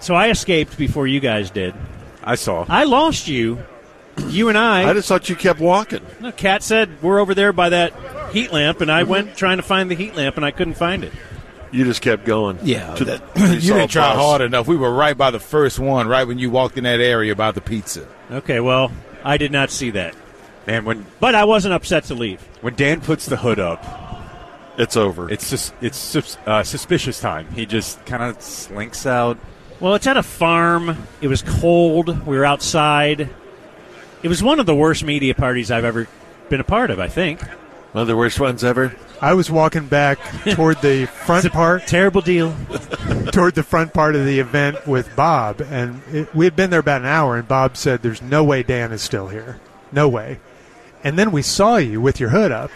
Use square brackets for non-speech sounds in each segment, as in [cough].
So I escaped before you guys did. I saw. I lost you. You and I. I just thought you kept walking. No, Kat said we're over there by that heat lamp, and I went trying to find the heat lamp, and I couldn't find it. You just kept going. Yeah, To- that- you You saw didn't try bus. hard enough. We were right by the first one, right when you walked in that area about the pizza. Okay, well, I did not see that, Man, when but I wasn't upset to leave. when Dan puts the hood up, It's over. it's sus- it's sus- uh, suspicious time. He just kind of slinks out. Well, it's at a farm. It was cold. We were outside. It was one of the worst media parties I've ever been a part of. I think One of the worst ones ever. I was walking back toward the front part, terrible deal. toward the front part of the event with Bob, and it, we had been there about an hour, and Bob said, "There's no way Dan is still here, no way." And then we saw you with your hood [laughs] up,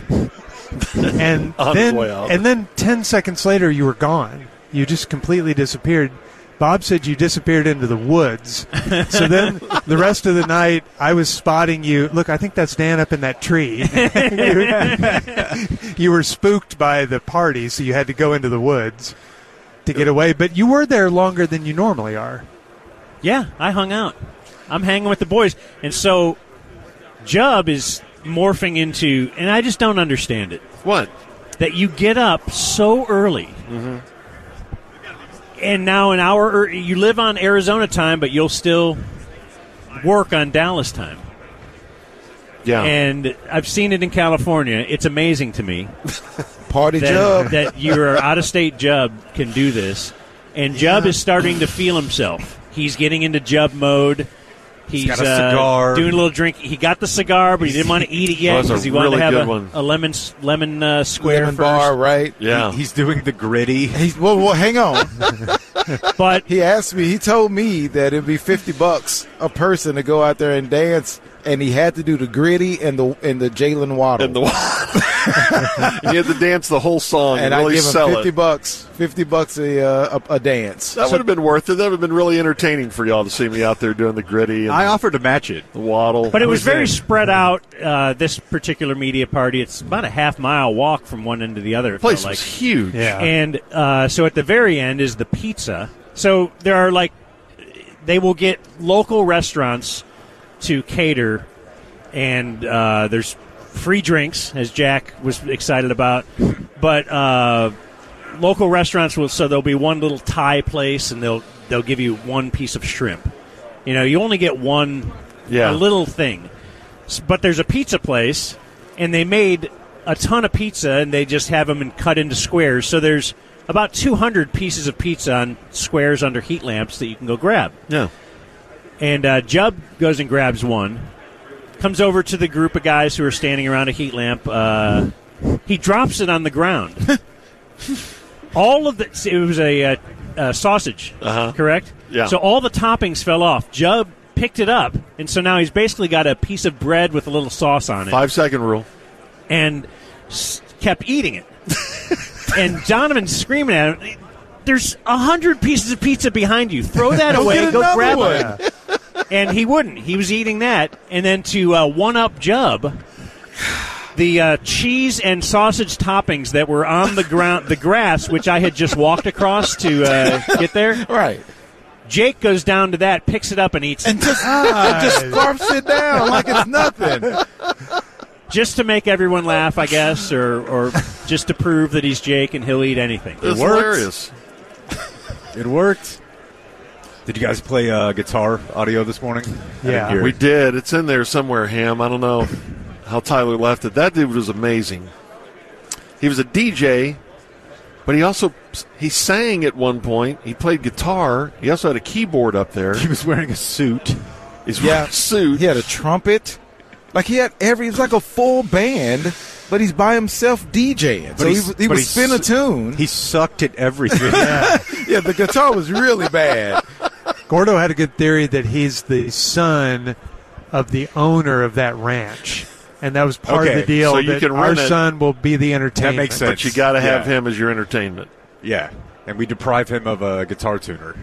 and On his then way out. and then ten seconds later you were gone. You just completely disappeared. Bob said you disappeared into the woods. So [laughs] then the rest of the night I was spotting you. Look, I think that's Dan up in that [laughs] tree. [laughs] you were spooked by the party, so you had to go into the woods to get away. But you were there longer than you normally are. Yeah, I hung out. I'm hanging with the boys, and so Jub is morphing into, and I just don't understand it. What? that you get up so early. And now an hour ear- you live on Arizona time, but you'll still work on Dallas time. Yeah. And I've seen it in California. It's amazing to me Party that, job. [laughs] that your out of state Jub can do this. And Jub is starting to feel himself. He's getting into Jub mode. He's, got a uh, cigar. doing a little drink. He got the cigar, but he didn't want to eat it That yet was a because he wanted really to have good a, one. a lemon s- lemon uh, square Lemon first. bar, right? yeah. He- he's doing the gritty. He's, well, well, hang on. [laughs] But He asked me. He told me that it'd be fifty bucks a person to go out there and dance, and he had to do the gritty and the and the Jalen Waddle. and [laughs] the you had to dance the whole song and, And I really give him sell fifty it. bucks. Fifty bucks a uh, a, a dance. That would have been worth it. That would have been really entertaining for y'all to see me out there doing the gritty and I offered to match it. the waddle. But it was Who's very in? spread out. Uh, this particular media party, it's about a half mile walk from one end to the other. it place felt was like. huge. Yeah. and uh, so at the very end is the pizza. So there are like they will get local restaurants to cater, and uh, there's free drinks, as Jack was excited about, but. Uh, Local restaurants will so there'll be one little Thai place and they'll they'll give you one piece of shrimp. You know, you only get one Yeah. a little thing. S- But there's a pizza place, and they made a ton of pizza, and they just have them and cut into squares. So there's about 200 pieces of pizza on squares under heat lamps that you can go grab. Yeah. And uh, Jubb goes and grabs one, comes over to the group of guys who are standing around a heat lamp. Uh, he drops it on the [laughs] ground. all of the it was a, uh uh sausage, Uh-huh. correct? Yeah. So all the toppings fell off. Jubb picked it up, and so now he's basically got a piece of bread with a little sauce on it, Five second rule. and s- kept eating it. [laughs] and Donovan's screaming at him. There's a hundred pieces of pizza behind you. Throw that away. get Go another grab one." it [laughs] and he wouldn't. He was eating that, and then to uh, one up Jub, the uh, cheese and sausage toppings that were on the ground, the grass, which I had just walked across to uh, get there. [laughs] Right. Jake goes down to that, picks it up, and eats. it And just just scarfs it down like it's nothing. just to make everyone laugh, I guess, or or just to prove that he's Jake and he'll eat anything. It's worked. hilarious. It worked. Did you guys play uh, guitar audio this morning? Yeah. We did. It's in there somewhere, Ham. I don't know how Tyler left it. That dude was amazing. He was a DJ, but he also he sang at one point. He played guitar. He also had a keyboard up there. he was wearing a suit. He's Yeah. wearing a suit. He had a trumpet. Like he had every. It's like a full band, but he's by himself DJing. so he, he's- was- he but was he's- spinning a tune. He sucked at everything. [laughs] yeah, the guitar was really bad. Gordo had a good theory that he's the son of the owner of that ranch, and that was part Okay, of the deal. so you that can run our it. son will be the entertainment. makes sense. But you got to have Yeah. him as your entertainment. yeah. And we deprive him of a guitar tuner.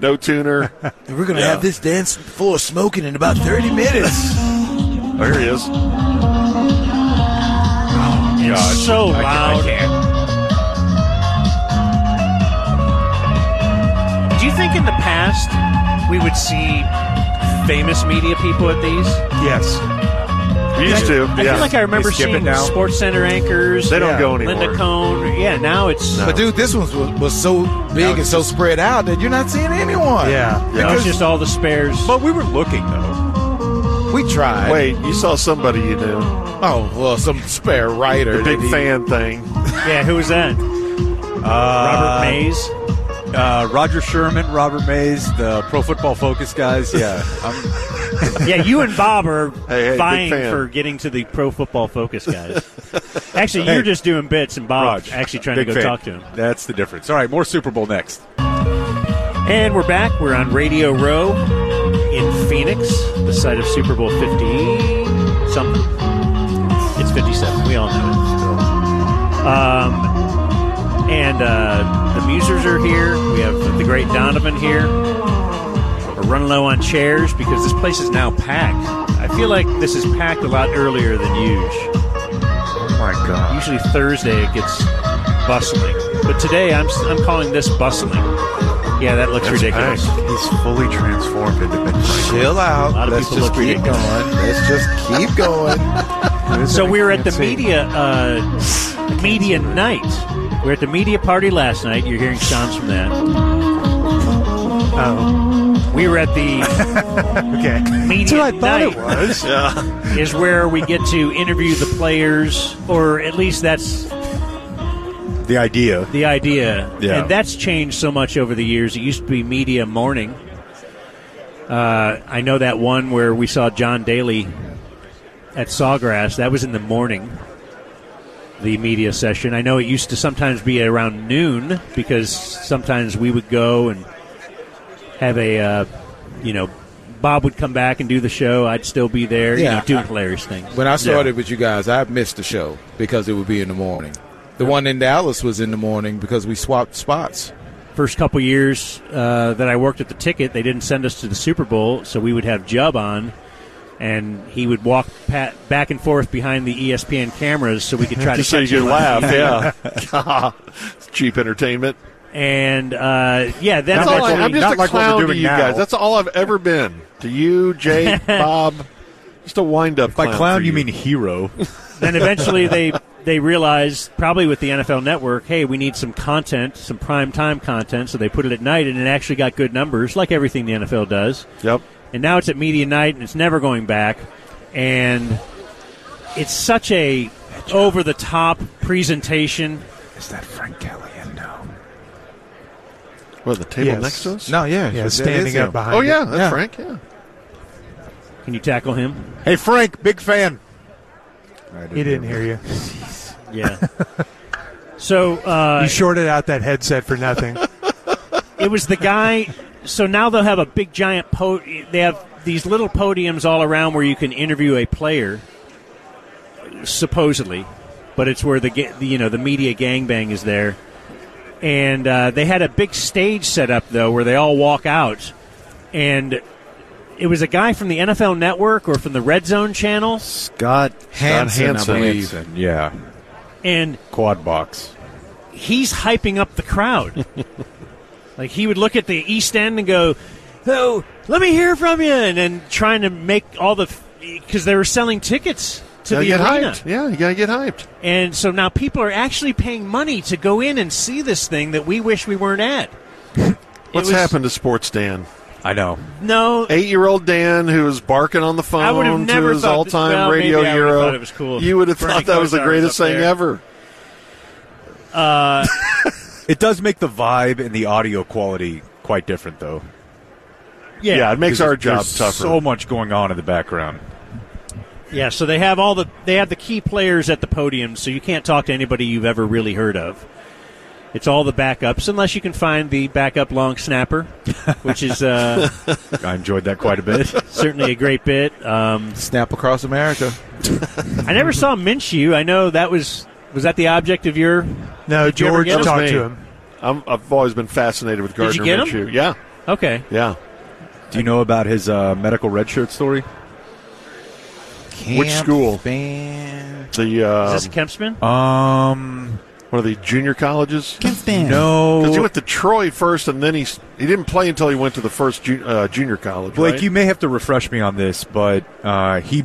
No tuner. And we're gonna have this dance full of smoking in about thirty minutes. Oh, here he is. It's so loud. think in the past we would see famous media people at these? Yes. You used to. I yeah. feel like I remember skip it seeing now. Sports Center anchors. They don't yeah, go anymore. Linda Cohn. Yeah, now it's No. But dude, this one was, was so big and so spread out that you're not seeing anyone. Yeah. now it's because just all the spares. But we were looking though. we tried. Wait, you saw somebody you knew. oh well, some spare The writer, big that he- fan thing. yeah, who was that? Uh, Robert Mays. Uh, Roger Sherman, Robert Mays, the Pro Football Focus guys. Yeah, I'm, Yeah, you and Bob are [laughs] Hey, hey, big vying fan. for getting to the Pro Football Focus [laughs] guys. actually, you're just doing bits, and Bob Raj, actually trying big to go fan. talk to him. That's the difference. All right, more Super Bowl next. And we're back. We're on Radio Row in Phoenix, the site of Super Bowl 50 something. It's 57. We all know it. Um, and uh, the Musers are here. We have the great Donovan here. We're running low on chairs because this place is now packed. I feel like this is packed a lot earlier than usual. Oh my God. Usually Thursday it gets bustling, but today I'm I'm calling this bustling. Yeah, that looks ridiculous. He's fully transformed into Ben. Chill out. lot of Let's people just look keep ridiculous. going. Let's just keep going. So we were at the media uh, media night. We were at the media party last night. You're hearing sounds from that. we were at the [laughs] Okay. media I thought night. it was. Is where we get to interview the players, or at least that's The idea. the idea. Yeah. And that's changed so much over the years. It used to be media morning. Uh, I know that one where we saw John Daly at Sawgrass. That was in the morning, the media session. I know it used to sometimes be around noon because sometimes we would go and have a, uh, you know, Bob would come back and do the show. I'd still be there, you Yeah. know, doing hilarious things. When I started with you guys, I missed the show because it would be in the morning. The one in Dallas was in the morning because we swapped spots. first couple years uh, that I worked at the ticket, they didn't send us to the Super Bowl, so we would have Jubb on, and he would walk pat, back and forth behind the E ESPN cameras so we could [laughs] try to Just so you catch him can on laugh, TV. yeah. [laughs] It's cheap entertainment. And uh, yeah, then That's all I, eventually- I'm just not a like what we're clown to doing you now. guys. That's all I've ever been to [laughs] you, Jake, Bob. Just a wind-up. By clown clown, for you mean hero? [laughs] then eventually they they realized probably with the NFL Network, hey, we need some content, some prime time content, so they put it at night, and it actually got good numbers, like everything the NFL does. Yep. and now it's at media night and it's never going back and it's such a over the top presentation Is that Frank Caliendo? Well, the table Yes. next to us. No, yeah, Yeah, standing up behind. Oh it. yeah, that's Yeah. Frank. Yeah. can you tackle him Hey Frank, big fan. He didn't hear you. yeah [laughs] so uh, You shorted out that headset for [laughs] nothing. it was the guy so now they'll have a big giant po- they have these little podiums all around where you can interview a player supposedly but it's where the, ga- the you know the media gangbang is there and uh, they had a big stage set up though where they all walk out and it was a guy from the NFL Network or from the Red Zone channel Scott Hansen, I believe. Yeah, and quad box. he's hyping up the [laughs] crowd. like he would look at the East End and go, "Oh, let me hear from you," and, then trying to make all the because they were selling tickets to Gotta the get arena, hyped. Yeah, you gotta get hyped. and so now people are actually paying money to go in and see this thing that we wish we weren't at. [laughs] What's was- happened to sports Dan? I know. No, Eight-year-old Dan who was barking on the phone I would've never to his thought that- all-time well, maybe radio I would've hero. thought it was cool. You would have Bernie thought that was the Kosar was greatest up thing there. ever. It does make the vibe and the audio quality quite different, though. yeah, Yeah, it makes our job There's tougher. So much going on in the background. Yeah, so they have all the they have the key players at the podium, so you can't talk to anybody you've ever really heard of. It's all the backups, unless you can find the backup long snapper, which is uh, I enjoyed that quite a bit. certainly a great bit. Um, [laughs] Snap across America. I never saw Minshew. I know that was was that the object of your. No, you ever George get him? talked That was me. to him. I'm, I've always been fascinated with Gardner Did you get him? Minshew. Yeah, Okay, yeah. Do you know about his uh, medical redshirt story? Which school? Band. The uh, is this Kempsman? Um, One of the junior colleges. Kingston. No, Because he went to Troy first, and then he s- he didn't play until he went to the first ju- uh, junior college. Blake, right? you may have to refresh me on this, but uh, he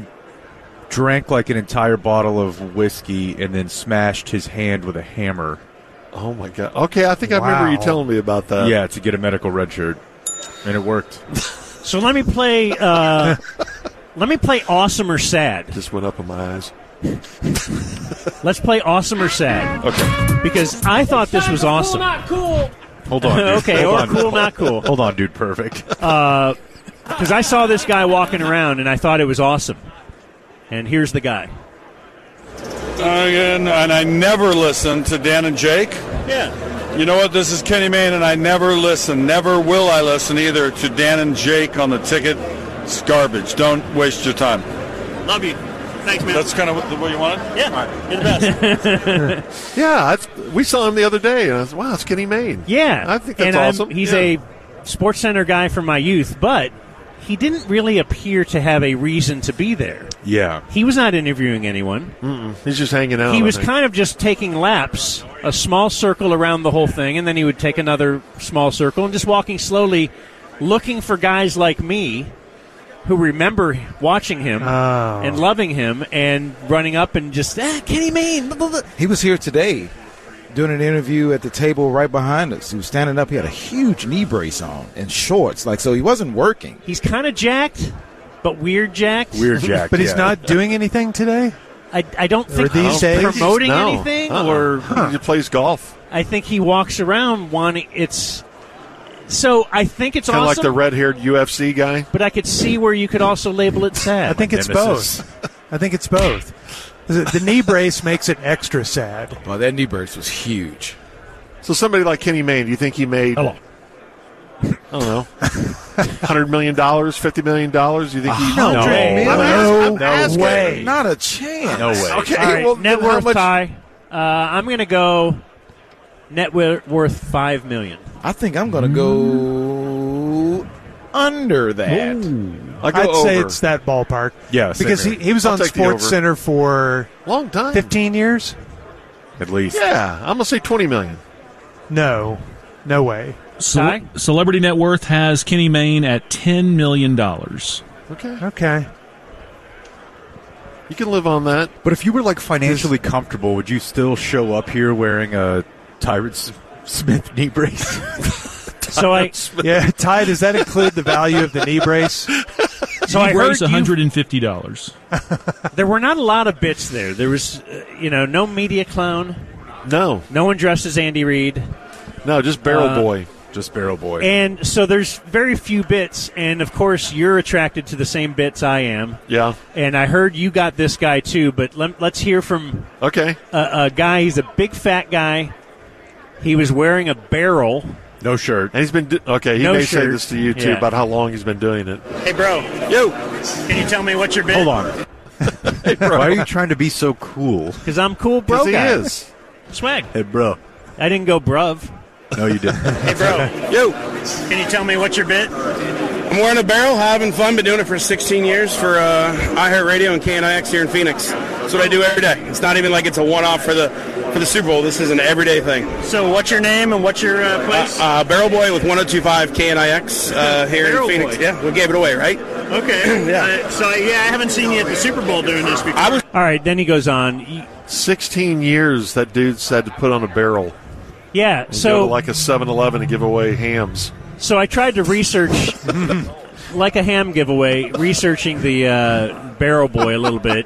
drank like an entire bottle of whiskey and then smashed his hand with a hammer. Oh my god. Okay, I think I remember Wow. you telling me about that. yeah, to get a medical red shirt, and it worked. So let me play. Uh, let me play awesome or sad. Just went up in my eyes. Let's play awesome or sad Okay, because I thought this was awesome. hold on. dude. [laughs] okay, hold or on. cool, not cool. Hold on, dude. Perfect. Because I saw this guy walking around and I thought it was awesome. And here's the guy. and, and I never listen to Dan and Jake. Yeah. You know what? This is Kenny Mayne, and I never listen, never will I listen either to Dan and Jake on the ticket. It's garbage. Don't waste your time. Love you. Thanks, man. That's kind of what, what you wanted. yeah. You're the best. Yeah, that's, we saw him the other day, and I was wow, it's Kenny Mayne. yeah. I think that's and I'm- awesome. He's Yeah. a sports center guy from my youth, but he didn't really appear to have a reason to be there. yeah. He was not interviewing anyone. he's just hanging out. he I was think. kind of just taking laps, a small circle around the whole thing, and then he would take another small circle and just walking slowly, looking for guys like me who remember watching him Oh. and loving him and running up and just, ah, Kenny Mayne. blah, blah, blah." He was here today doing an interview at the table right behind us. He was standing up. He had a huge knee brace on and shorts. Like, so he wasn't working. He's kind of jacked, but weird jacked. Weird Jack. But he's yeah. not doing anything today. I, I don't think these he's days? promoting No. anything, Uh-uh. or he just plays golf. I think he walks around wanting it's. So I think it's Kind of awesome, like the red-haired UFC guy. but I could see where you could also label it sad. I think it's nemesis. both. I think it's [laughs] both. The the knee brace makes it extra sad. Well, that knee brace was huge. So somebody like Kenny Mayne, do you think he made? Hello. I don't know, hundred million dollars, fifty million dollars. You think Uh, he? No, Dre. I'm no, asking- I'm asking. way. Not a chance. No way. Okay, All right, well, net then how worth much- tie. Uh, I'm going to go net wi- worth five million. I think I'm going to go under that. I go I'd say over. it's that ballpark. Yeah, same because he, here. he was I'll on take the Sports over. Center for long time. 15 years. At least. Yeah, I'm gonna say twenty million. No, no way. Ty? Celebrity net worth has Kenny Mayne at ten million dollars. Okay, Okay, you can live on that. But if you were like financially comfortable, would you still show up here wearing a Tyrant S- Smith knee brace? [laughs] So I [laughs] yeah. Ty, does that include the value of the knee brace? so I heard Raise one you, hundred and fifty dollars. there were not a lot of bits there. There was uh, you know no media clown, No, no one dressed as Andy Reid, no, just barrel Uh, boy. Just barrel boy. and so there's very few bits. And of course, you're attracted to the same bits I am. Yeah. And I heard you got this guy too, but let, let's hear from Okay. a, a guy. He's a big fat guy. He was wearing a barrel. no [laughs] shirt. And he's been do- okay. He No may say shirt. this to you too Yeah. about how long he's been doing it. Hey, bro. Yo, Can you tell me what your bit? Hold on. Why are you trying to be so cool? Because I'm cool, bro. because he guy. is. Swag. Hey, bro. I didn't go bruv. No, you didn't. Hey, bro. Yo. Can you tell me what your bit? I'm wearing a barrel, having fun, been doing it for 16 years for uh, iHeartRadio and KNIX here in Phoenix. That's what I do every day. It's not even like it's a one-off for the for the Super Bowl. This is an everyday thing. So, what's your name and what's your uh, Uh, uh, barrel Boy with 1025 KNIX uh, here Barrel in Phoenix. Boy. Yeah, we gave it away, right? Okay. uh, [clears throat] yeah. so yeah, I haven't seen you at the Super Bowl doing this before. I was All right, then he goes on. Y- Sixteen years that dude said to put on a barrel. Yeah, go so to like a 7-Eleven and give away hams. so I tried to research, [laughs] like a ham giveaway, researching the uh, Barrel Boy a little bit,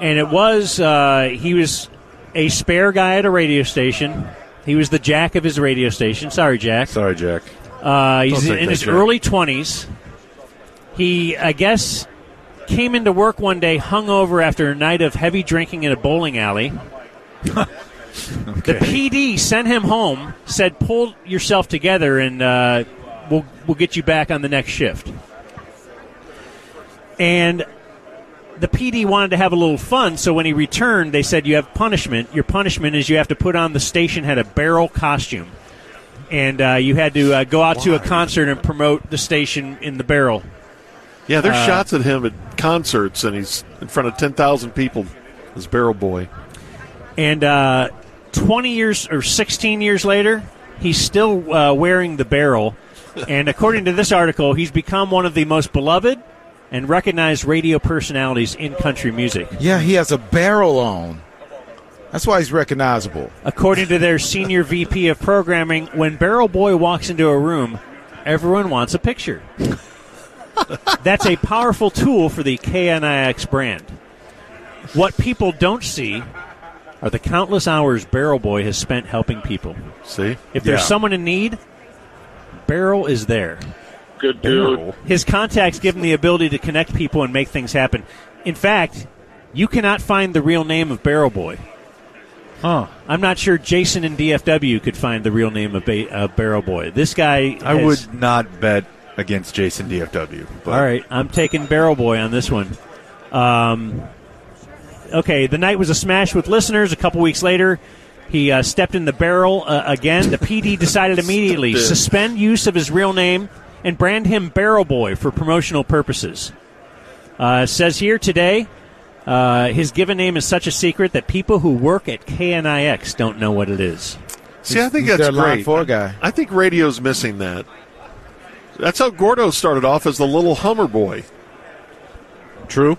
and it was uh, he was a spare guy at a radio station. He was the jack of his radio station. Sorry, Jack. Sorry, Jack. Uh, he's Don't in take that, his Jack. early 20s. He, I guess, came into work one day hungover after a night of heavy drinking in a bowling alley. The PD sent him home, said, pull yourself together and uh, we'll, we'll get you back on the next shift. And the PD wanted to have a little fun, so when he returned, they said, You have punishment. Your punishment is you have to put on the station had a barrel costume and uh, you had to uh, go out to a concert and promote the station in the barrel. Yeah, there's Uh, shots at him at concerts, and he's in front of 10,000 people as Barrel Boy. And uh, 20 years or 16 years later, he's still uh, wearing the barrel. And according to this article, he's become one of the most beloved and recognized radio personalities in country music. Yeah, he has a barrel on. That's why he's recognizable. According to their senior VP of programming, when Barrel Boy walks into a room, everyone wants a picture. That's a powerful tool for the KNIX brand. What people don't see are the countless hours Barrel Boy has spent helping people. See? If there's Yeah. someone in need, Barrel is there. Good Barrel. His contacts give him the ability to connect people and make things happen. In fact, you cannot find the real name of Barrel Boy. Huh. I'm not sure Jason in DFW could find the real name of ba- uh, Barrel Boy. This guy. I has- would not bet against Jason DFW. But All right, I'm taking Barrel Boy on this one. Um, okay, the night was a smash with listeners. A couple weeks later, he uh, stepped in the barrel uh, again. The [laughs] PD decided immediately Stepped in. suspend use of his real name and brand him Barrel Boy for promotional purposes. Uh, says here today, uh, his given name is such a secret that people who work at KNIX don't know what it is. See, I think he's that's their line great. four guy. I think radio's missing that. That's how Gordo started off as the little Hummer boy. True.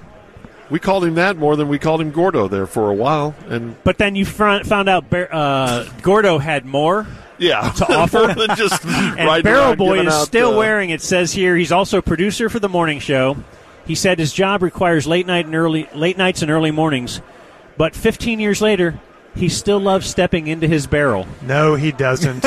We called him that more than we called him Gordo there for a while, and But then you fr- found out Bar- uh, Gordo had more. [laughs] yeah, To offer? More than [laughs] just And riding Barrel around Boy giving is out, still uh, wearing it. Says here he's also producer for the morning show. He said his job requires late night and early late nights and early mornings, but 15 years later, he still loves stepping into his barrel. No, he doesn't.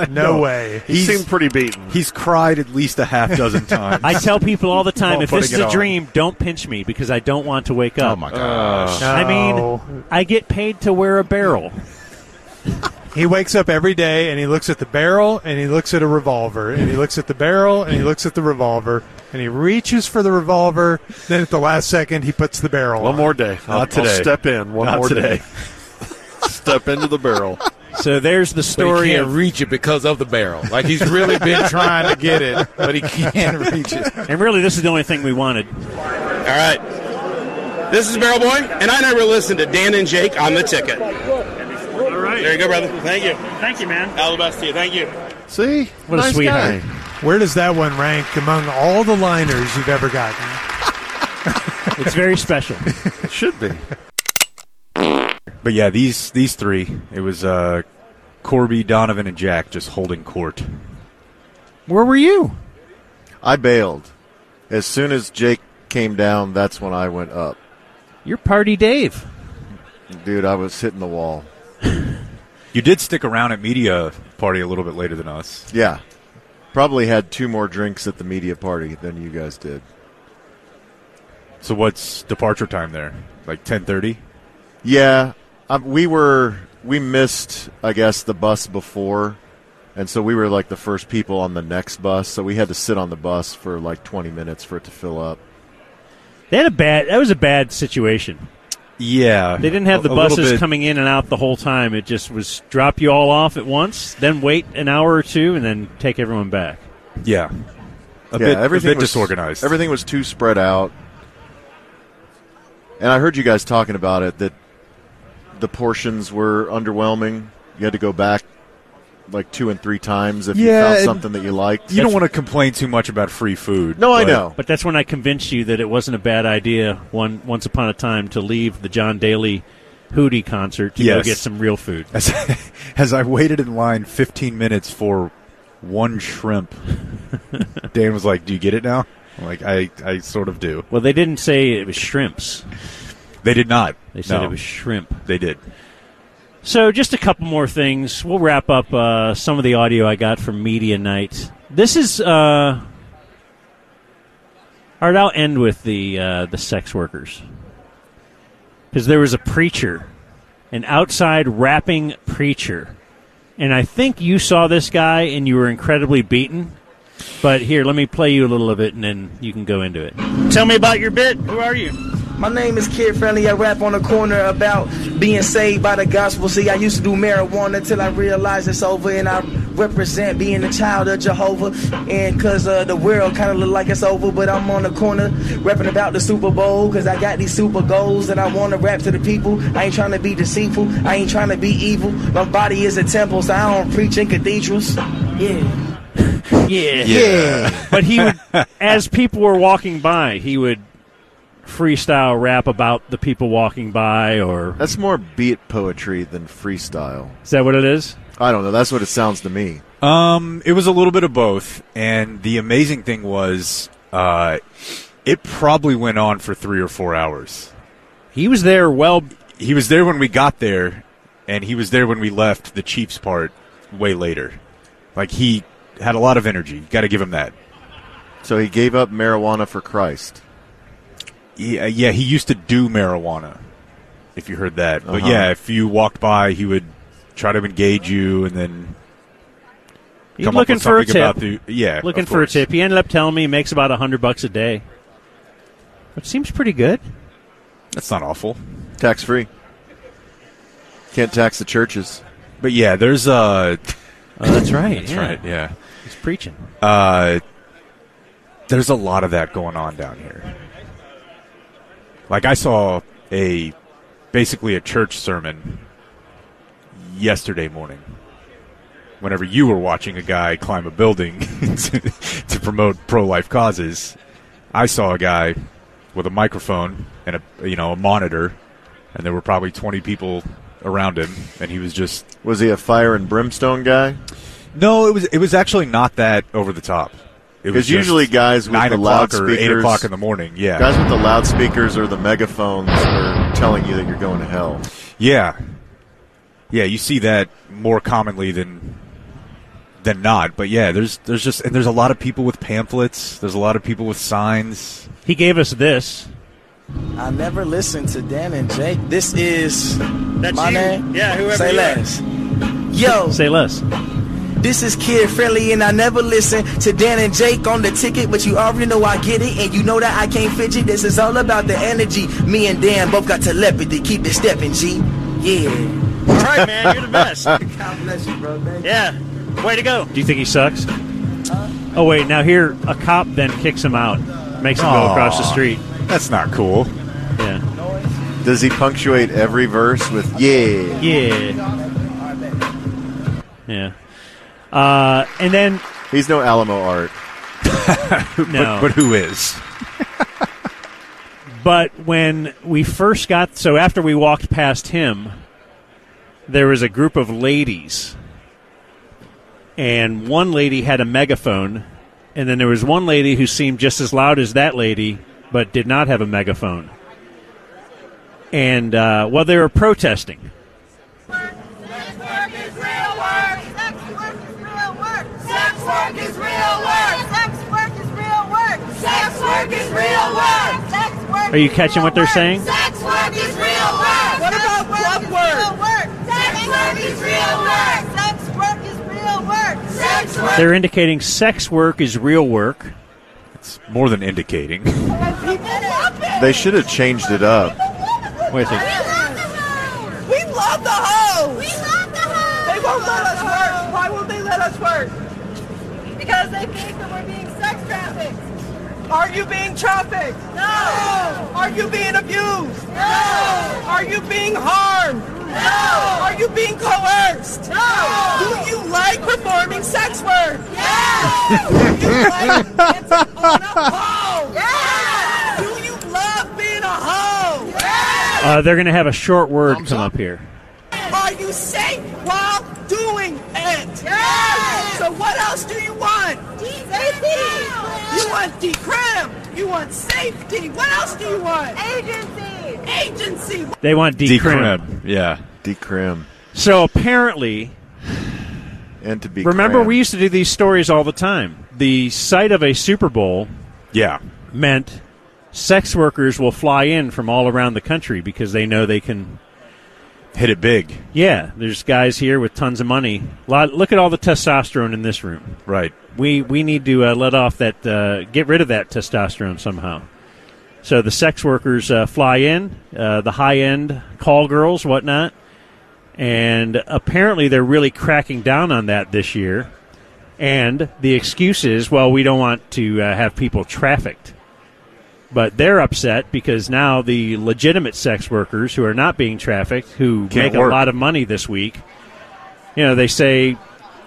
[laughs] no, way. He seemed pretty beaten. He's cried at least a half dozen [laughs] times. I tell people all the time, While if this putting is it a on. dream, don't pinch me because I don't want to wake up. Uh, Oh my gosh. I No. mean, I get paid to wear a barrel. He wakes up every day and he looks at the barrel and he looks at a revolver and he looks at the barrel and he looks at the revolver and he reaches for the revolver. Then at the last second, he puts the barrel. One on. more day. I'll, Not today. I'll step in. One Not more today. day. [laughs] step into the barrel. So there's the But he story can't of reach it because of the barrel. Like he's really been trying to get it, but he can't reach it. And really, this is the only thing we wanted. All right. This is Barrel Boy, and I never listened to Dan and Jake on the ticket. All right. There you go, brother. Thank you. Thank you, man. All the best to you. Thank you. See, What a nice sweetheart. guy. Where does that one rank among all the liners you've ever gotten? It's very special. It should be. But yeah, these these three. It was uh, Corby, Donovan, and Jack just holding court. Where were you? I bailed. As soon as Jake came down, that's when I went up. You're Party Dave. Dude, I was hitting the wall. You did stick around at media party a little bit later than us. Yeah. Probably had two more drinks at the media party than you guys did. So what's departure time there? Like ten thirty. Yeah, um, we were we missed I guess the bus before, and so we were like the first people on the next bus. So we had to sit on the bus for like 20 minutes for it to fill up. They had a bad. That was a bad situation. Yeah, They didn't have the A- a little buses bit- coming in and out the whole time. It just was drop you all off at once, then wait an hour or two, and then take everyone back. Yeah, yeah, a bit, everything a bit was, disorganized. Everything was too spread out. And I heard you guys talking about it that the portions were underwhelming. You had to go back like two and three times if Yeah, you found and- something that you liked. you don't want to complain too much about free food. no, I but- know. But that's when I convinced you that it wasn't a bad idea one once upon a time to leave the John Daly Hootie concert to go Yes. get some real food. As, [laughs] as I waited in line 15 minutes for [laughs] one shrimp, Dan was like, "Do you get it now?" I'm like, "I, I sort of do." Well, they didn't say it was shrimps. They did not. They said No, it was shrimp. They did. So, just a couple more things. We'll wrap up uh, some of the audio I got from Media Night. This is. Uh, all right, I'll end with the uh, the sex workers because there was a preacher, an outside rapping preacher, and I think you saw this guy and you were incredibly beaten. But here, let me play you a little of it, and then you can go into it. Tell me about your bit. Who are you? My name is Kid Friendly. I rap on the corner about being saved by the gospel. See, I used to do marijuana till I realized it's over and I represent being a child of Jehovah. And cause uh, the world kind of look like it's over, but I'm on the corner rapping about the Super Bowl. Cause I got these super goals and I want to rap to the people. I ain't trying to be deceitful. I ain't trying to be evil. My body is a temple, so I don't preach in cathedrals. Yeah. Yeah. Yeah. [laughs] but he would, as people were walking by, he would freestyle rap about the people walking by, or That's more beat poetry than freestyle. is that what it is? I don't know. That's what it sounds to me. Um, it was a little bit of both, and the amazing thing was, uh, it probably went on for three or four hours. He was there. Well, he was there when we got there, and he was there when we left the Chiefs part way later. Like he had a lot of energy. Got to give him that. So he gave up marijuana for Christ. Yeah, yeah. He used to do marijuana. If you heard that, but Uh-huh. yeah, if you walked by, he would try to engage you, and then He's come looking up with for a something tip. about the yeah, looking of for a course. tip. He ended up telling me he makes about a hundred bucks a day, which seems pretty good. That's not awful. Tax free. Can't tax the churches. But yeah, there's uh Oh, that's right. That's yeah. right. [laughs] Yeah. He's preaching. Uh there's a lot of that going on down here. Like I saw a basically a church sermon yesterday morning. Whenever you were watching a guy climb a building [laughs] to, to promote pro-life causes, I saw a guy with a microphone and a you know a monitor, and there were probably twenty people around him, and he was just Was he a fire and brimstone guy? no, it was it was actually not that over the top. It was Because usually just guys with nine the o'clock or loudspeakers, eight o'clock in the morning. Yeah, guys with the loudspeakers or the megaphones are telling you that you're going to hell. yeah, yeah. You see that more commonly than than not. But yeah, there's there's just and there's a lot of people with pamphlets. There's a lot of people with signs. He gave us this. I never listened to Dan and Jake. This is my you. name. Yeah, whoever Say you are. less. Yo, Say less. this is Kid Friendly, and I never listen to Dan and Jake on the ticket, but you already know I get it, and you know that I can't fidget. This is all about the energy. Me and Dan both got telepathy. Keep it stepping, G. Yeah. All right, man, you're the best. [laughs] God bless you, bro. Yeah, way to go. Uh, Do you think he sucks? Oh wait, now here a cop then kicks him out, makes him go Aw. across the street. That's not cool. Yeah, Does he punctuate every verse with yeah? yeah, yeah. Uh, and then He's no Alamo art. [laughs] No. but, but who is? But when we first got, so after we walked past him, there was a group of ladies. And one lady had a megaphone. And then there was one lady who seemed just as loud as that lady, but did not have a megaphone. And, uh, well, they were protesting. Sex work is real work. Sex work is real work. Sex work is real work. Sex work. Are you catching what they're saying? Sex work is real work. What about love work? is real work. Sex work is real work. Sex work is real work. Sex work. They're indicating sex work is real work. It's more than indicating. [laughs] They should have changed it up. Wait a second. We love the hoes. We love the hoes. They won't let us work. Why won't they let us work? Because they think that we're being sex trafficked. Are you being trafficked? No. Are you being abused? No. Are you being harmed? No. Are you being coerced? No. Do you like performing sex work? Yes. Do you like [laughs] dancing on a pole? Yes. Do you love being a hoe? Yes. Uh, they're going to have a short word come up here. Are you safe while doing it? Yes. So what else do you want? Safety. You want decrim. You want safety. What else do you want? Agency. Agency. They want decrim. Yeah, decrim. So apparently, And to be Remember, crammed. we used to do these stories all the time. The sight of a Super Bowl yeah, meant sex workers will fly in from all around the country because they know they can. hit it big. Yeah, there's guys here with tons of money. Lot, look at all the testosterone in this room. Right. We we need to uh, let off that, uh, get rid of that testosterone somehow. So the sex workers uh, fly in, uh, the high end call girls, whatnot, And apparently, they're really cracking down on that this year. And the excuse is, well, we don't want to uh, have people trafficked. But they're upset because now the legitimate sex workers who are not being trafficked, who Can't make work. a lot of money this week, you know, they say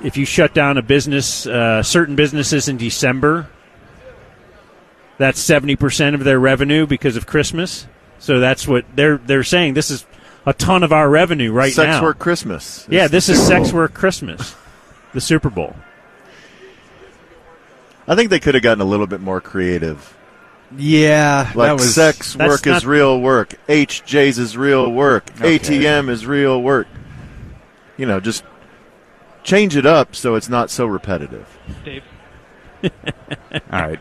if you shut down a business, uh, certain businesses in December, that's 70% of their revenue because of Christmas. So that's what they're they're saying. This is a ton of our revenue right Sex now. work Christmas. Yeah, It's the this is Super sex Bowl. work Christmas. The Super Bowl. I think they could have gotten a little bit more creative. Yeah, Like that was- sex That's work not- is real work. HJ's is real work. Okay. ATM is real work. You know, just change it up so it's not so repetitive. All right.